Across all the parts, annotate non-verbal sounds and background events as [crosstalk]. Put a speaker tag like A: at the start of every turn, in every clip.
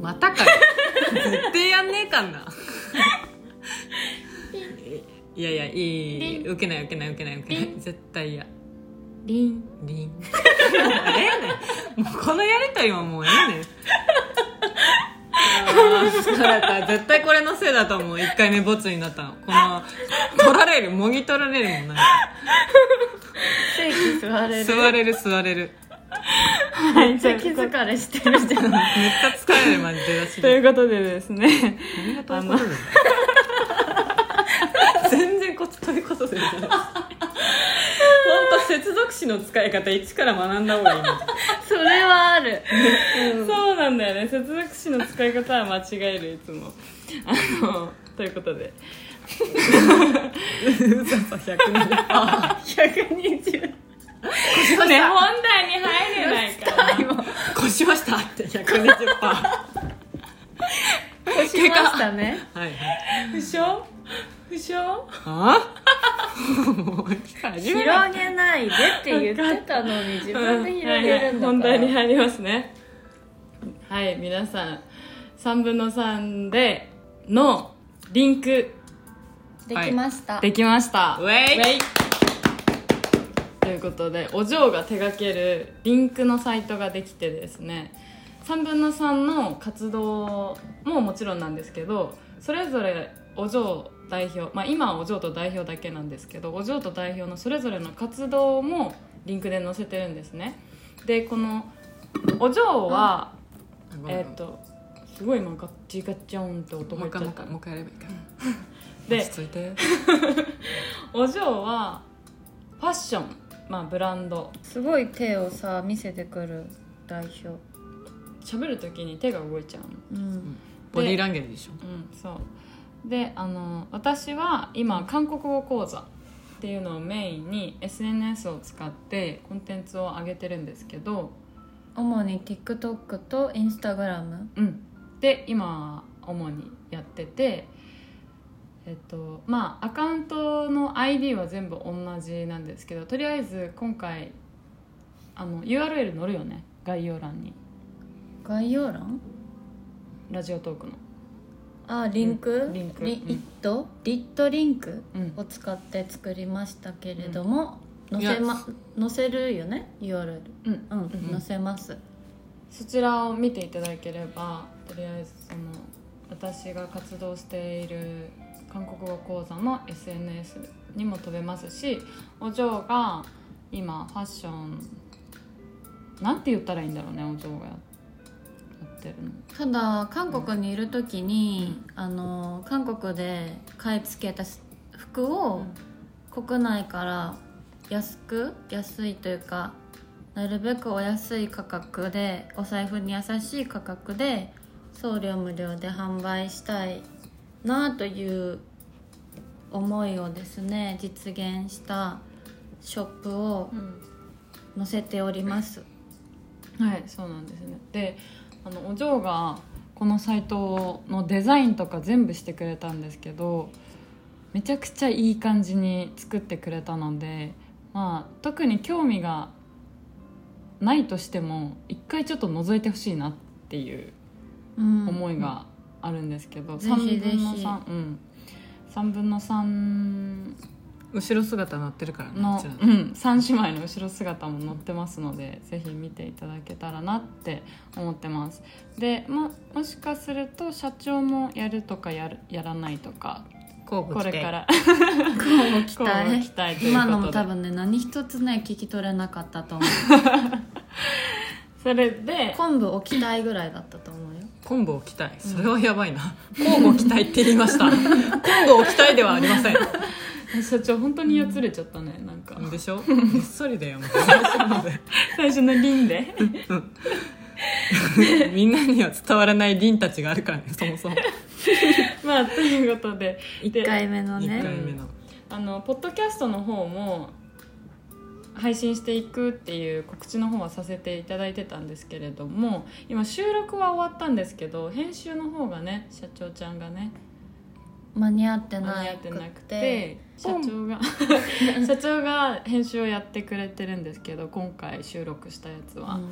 A: またかよ絶対やんねえかんないやいやいいいい
B: リン
A: 受けない受けない受けない受けな
B: リ
A: い絶対嫌
B: リン
A: リンもうええねんもうこのやりとりはもうええねんそうだった絶対これのせいだと思う1回目ボツになったのこの取られるもぎ取られるもんなんか
B: 正規座れる
A: 座れる座れる
B: めっちゃ気疲れしてる
C: [laughs]
B: じゃん
A: めっちゃ疲れるマジ出だし
B: と
A: で
B: いうことでですね
A: 何がということで全然こつということでじゃない本当接続詞の使い方一から学んだ方がいいな
B: それはある
C: そうなんだよね接続詞の使い方は間違えるいつもあのということで
A: うざさ100年
C: 120
A: 腰はし
C: ね
A: た
C: 本題に入れないから
A: 腰はしたって120パー
B: しましたね
A: はい
C: 不詳不詳
A: [laughs] はあもう始めろ
B: 広げないでって言ってたのに自分で広げるんだ
C: 本
B: から、
C: 題に入りますねはい皆さん3分の3でのリンク
B: できました、
C: できました
A: ウェイ
C: ということでお嬢が手掛けるリンクのサイトができてですね3分の3の活動ももちろんなんですけどそれぞれお嬢代表、まあ、今はお嬢と代表だけなんですけどお嬢と代表のそれぞれの活動もリンクで載せてるんですねでこのお嬢は、えーっとすごい今ガッチガッチョンって音
A: も
C: が
A: う一
C: っち
A: 回
C: ゃ
A: もう一回もう一
C: った
A: 回やればいいから
C: で
A: 落ち着いて
C: お嬢はファッション、まあ、ブランド
B: すごい手をさ見せてくる代表
C: 喋る時に手が動いちゃう
B: う
C: の
B: ん
A: ボディーランゲージでしょ
C: うんそうであの私は今韓国語講座っていうのをメインに SNS を使ってコンテンツを上げてるんですけど
B: 主に TikTok と Instagram
C: うんで今主にやっててえっとまあアカウントの ID は全部同じなんですけどとりあえず今回あの URL 載るよね概要欄に
B: 概要欄
C: ラジオトークの
B: あリンク、
C: うんリンク
B: リ
C: うん
B: イットリットリンク
C: うん
B: を使って作りましたけれども、
A: ん
B: 載せ
A: い
B: ま載せるよね URL
C: うん
B: うん、
A: ん
B: 載せます
C: そちらを見ていただければとりあえずその私が活動している韓国語講座の SNS にも飛べますしお嬢が今ファッションなんて言ったらいいんだろうねお嬢がやってるの
B: ただ韓国にいる時に、あの韓国で買い付けた服を国内から安く安いというかなるべくお安い価格でお財布に優しい価格で送料無料で販売したいなという思いをですね実現したショップを載せております。
C: はいそうなんですねであのお嬢がこのサイトのデザインとか全部してくれたんですけどめちゃくちゃいい感じに作ってくれたのでまあ特に興味がないとしても一回ちょっと覗いてほしいなっていう
B: うん
C: 思いがあるんですけど、
B: ぜひ
C: 3分の
B: ぜひ
C: 3うん3分の3
A: 後ろ姿なってるからね
C: の
A: うちら、
C: うん、3姉妹の後ろ姿も載ってますのでぜひ見ていただけたらなって思ってますでももしかすると社長もやるとかやるやらないとか
A: 交互
C: これ
A: 期待
C: から
B: 交互期
C: 交互
B: 待
C: 期待という
B: 今の
C: こ
B: も
C: と
B: 多
C: で
B: 分ね何一つね聞き取れなかったと思う
C: [laughs] それで
B: 昆布置きたいぐらいだったと思う
C: [laughs]
B: よ
A: 昆布を期待それはやばいな、交互期待って言いました昆布を期待ではありません
C: 社長本当にやつれちゃったねなんか
A: でしょうっそりだよもう [laughs] そうだよ
C: 最初の輪で [laughs]
A: みんなには伝わらない凛たちがあるからねそもそも
C: まあということで
B: 1回目の
A: 1回
B: ね
A: 目の
C: あのポッドキャストの方も配信していくっていう告知の方はさせていただいてたんですけれども今収録は終わったんですけど編集の方がね社長ちゃんがね
B: 間に合って
C: 間
B: な
C: に合
B: い
C: っ
B: く
C: て
B: て
C: なくて社長が [laughs] 社長が編集をやってくれてるんですけど今回収録したやつ
B: う
C: は、
B: ん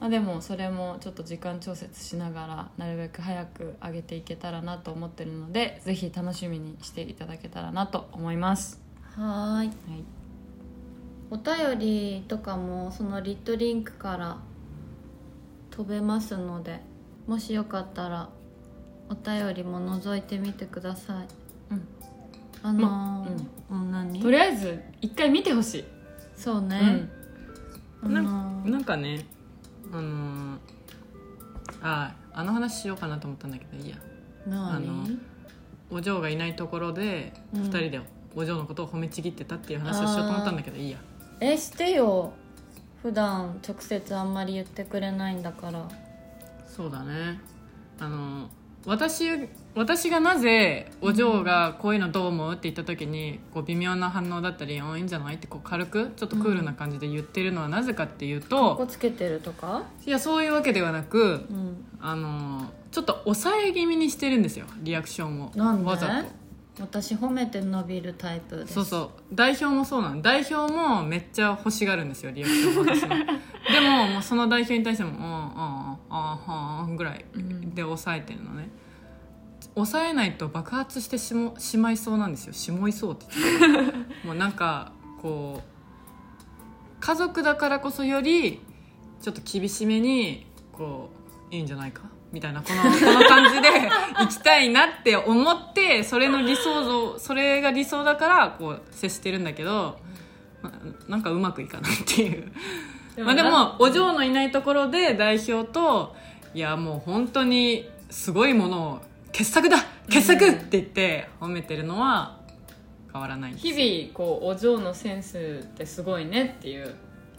C: まあ、でもそれもちょっと時間調節しながらなるべく早く上げていけたらなと思ってるのでぜひ楽しみにしていただけたらなと思います。
B: はーい
C: はい、
B: お便りとかもそのリットリンクから飛べますのでもしよかったらお便りも覗いてみてください
C: うん
B: あのー
C: ま
B: うん何
C: とりあえず一回見てほしい、
B: そうね、あのー
A: なんかねあのーあーあの話しようかなと思ったんだけどいいや
B: な
A: あの
B: に
A: お嬢がいないところで
B: うん
A: 2人でお嬢のことを褒めちぎってたっていう話をしようと思ったんだけどいいや
B: えしてよ普段直接あんまり言ってくれないんだから
A: そうだねあの私私がなぜお嬢がこういうのどう思うって言った時にこう微妙な反応だったり「あいいんじゃない?」ってこう軽くちょっとクールな感じで言ってるのはなぜかっていう
B: こことつけてるとか
A: いやそういうわけではなく
B: うん
A: あのちょっと抑え気味にしてるんですよリアクションを
B: なんで
A: わざと。
B: 私褒めて伸びるタイプです
A: そうそう代表もそうなの代表もめっちゃ欲しがるんですよリアクション私のでももうその代表に対しても「うんうんうんうんうん」ぐらいで抑えてるのね抑えないと爆発してしもしまいそうなんですよしもいそうって言ってたもうなんかこう家族だからこそよりちょっと厳しめにこういいんじゃないかみたいなこのこ [laughs] の感じで行きたいなって思ってそれの理想像それが理想だからこう接してるんだけどななんかうまくいかないっていう
C: で
A: まあでもお嬢のいないところで代表といやもう本当にすごいものを傑作だ傑作って言って褒めてるのは変わらない
C: 日々こうお嬢のセンスってすごいねっていう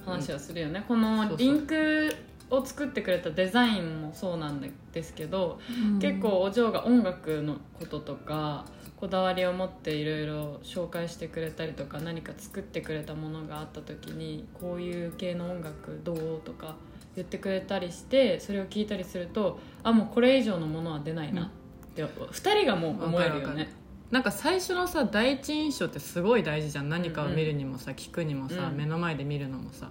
C: 話をするよね、こ
A: そうそ
C: の
A: う
C: リンクを作ってくれたデザインもそうなんですけど、
B: うん
C: 結構お嬢が音楽のこととかこだわりを持っていろいろ紹介してくれたりとか何か作ってくれたものがあった時にこういう系の音楽どうとか言ってくれたりしてそれを聞いたりするとあもうこれ以上のものは出ないなって、二人がもう思え
A: わ
C: るよ
A: かるわ
C: ね
A: か。なんか最初のさ第一印象ってすごい大事じゃん何かを見るにもさ聞くにもさ
C: うん
A: 目の前で見るのもさ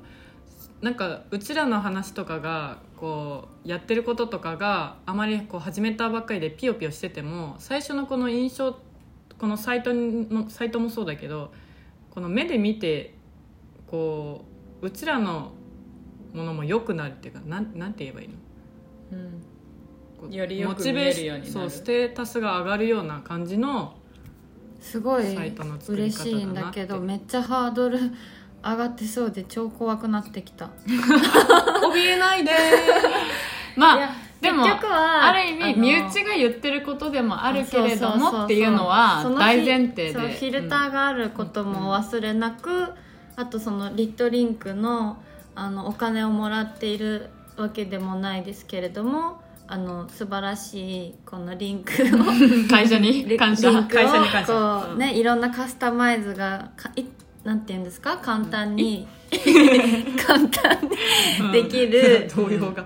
A: なんかうちらの話とかがこうやってることとかがあまりこう始めたばっかりでピヨピヨしてても最初のこの印象このサイトのサイトもそうだけどこの目で見てこううちらのものも良くなるっていうかなんなんて言えばいいの
C: うん
A: こう
C: よりよく
A: モチベーシ
C: 見えるようになる
A: そうステータスが上がるような感じの
B: すごい
A: サイトの作り
B: 嬉
A: 方だなっ
B: し
A: て
B: いんだけどめっちゃハードル上がってそうで超怖くなってきた
A: 怯えないで
C: まあ
B: いや
C: でも
B: 結局は
C: ある意味
B: の
C: 身内が言ってることでもあるけれ
B: そう
C: ど
B: そうそうそ
C: もっていうのは
B: その日
C: 大前提で
B: そうフィルターがあることも忘れなく、あとそのリットリンクのあのお金をもらっているわけでもないですけれどもあの素晴らしいこのリンクを
C: うん会社に [laughs] 感謝
B: リンクを
A: 会社に感謝
B: こうねいろんなカスタマイズがかいなんて言うんですか簡単に [laughs] 簡単にでき
C: [laughs]
B: る
A: [laughs] 動揺が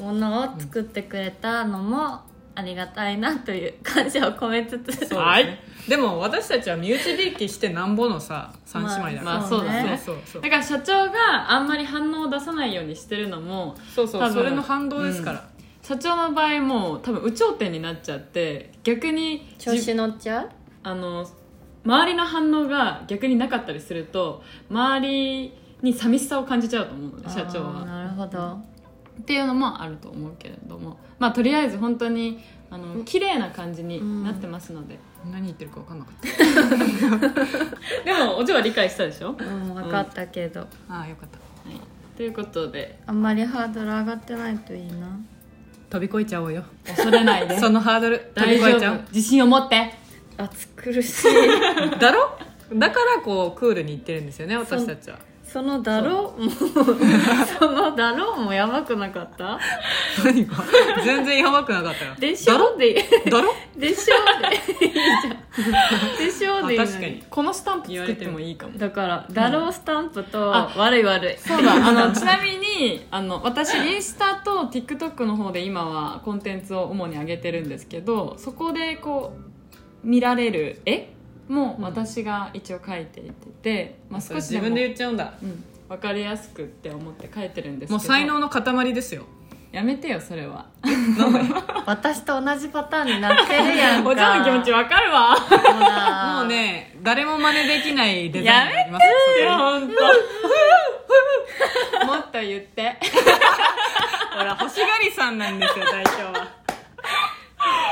B: ものを作ってくれたのもありがたいなという感謝を込めつつ
A: そうですねでも私たちは身内びいきしてなんぼのさ三姉妹だから、
B: ま
C: あそうだね
A: そうそう
C: だから社長があんまり反応を出さないようにしてるのも
A: そうそう
C: 多
A: そ
C: 分
A: れの反動ですから、
C: 社長の場合もう多分有頂天になっちゃって逆に
B: 調子乗っちゃう
C: あの周りの反応が逆になかったりすると周りに寂しさを感じちゃうと思うのね社長
B: あー
C: は。
B: なるほど
C: っていうのもあると思うけれどもまあとりあえず本当にあの綺麗な感じになってますので、
A: 何言ってるか分かんなかっ
C: でもお嬢は理解したでしょ、は
B: うん分かったけど、
A: たああよかった
C: い、ということで
B: あんまりハードル上がってないといいな
A: 飛び越えちゃおうよ
C: 恐れない [laughs] で
A: そのハードル飛び越
C: 大
A: えち
C: 丈
A: ゃ
C: 夫自信を持って
B: 暑苦し [laughs] い
A: おうだろだからこうクールに言ってるんですよね私たちは
B: そのだろうもうそのだろうもやばくなかった
A: 何か全然やばくなかったよ
B: でしょで
A: だろ
B: でしょでいいじゃんでしょ
A: あ
B: でいいの
A: 確かに
C: このスタンプ作ってもいいかも
B: だからだろうスタンプと、
C: あ
B: 悪い悪い
A: [laughs]
C: そうだあのちなみにあの私インスタと TikTok の方で今はコンテンツを主に上げてるんですけどそこでこう見られる絵も私が一応描いていてて、まあ、少し
A: 自
C: でも
A: 分で言っちゃうんだ
C: うん分かりやすくって思って書いてるんですけ
A: も
C: ど
A: う才能の塊ですよ
C: やめてよそれは
B: 私と同じパターンになってるやんか
C: お嬢の気持ち分かるわ
B: ほら
A: もうね誰も真似できないデザイン
C: や
A: にな
C: め
A: り
C: て
A: ます
C: よ本当もっと言って
A: ほら欲しがりさんなんですよ代表は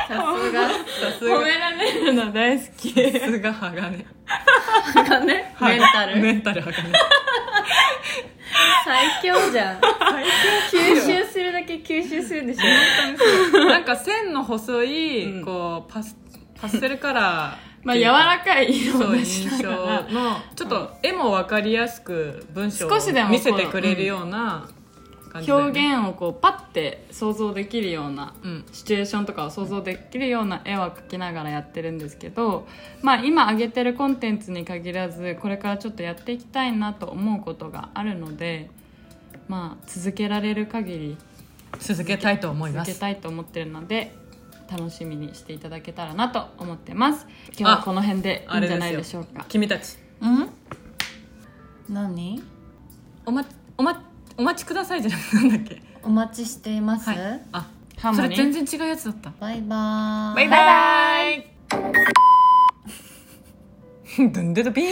B: さすが
A: さす
C: [laughs] 褒
A: が
C: められるの大好き
A: さすが鋼
B: さすがねメンタル、
A: メンタル鋼
B: 最強じゃん吸収するだけ吸収するでしょ
A: なんか線の細い、
C: うん
A: こうパスパステルカラー
C: まあ柔らかい色
A: そう
C: を
A: いう
C: し
A: 印
C: な
A: 象
C: がら
A: のちょっと絵も分かりやすく文章を
C: 少しでもこう
A: 見せてくれるような感じだよ
C: 表
A: ね
C: 現をこうパッて想像できるような
A: うん
C: シチュエーションとかを想像できるような絵は描きながらやってるんですけど、まあ、今上げてるコンテンツに限らずこれからちょっとやっていきたいなと思うことがあるので、まあ、続けられる限り
A: 続けたいと思いま
C: 続け
A: す
C: たいと思ってるので楽しみにしていただけたらなと思ってます今日はこの辺でいいんじゃないでしょうか
A: 君たち
B: うん何
A: おまおまお待ちくださいじゃなくてなんだっけ
B: お待ちしています、
A: はいあ
C: ハー
A: そ
C: モ
A: れ
C: ニ
A: 全
C: ー
A: 然違うやつだった
B: バイバーイ
A: [laughs] バイバイドゥンドゥドゥピー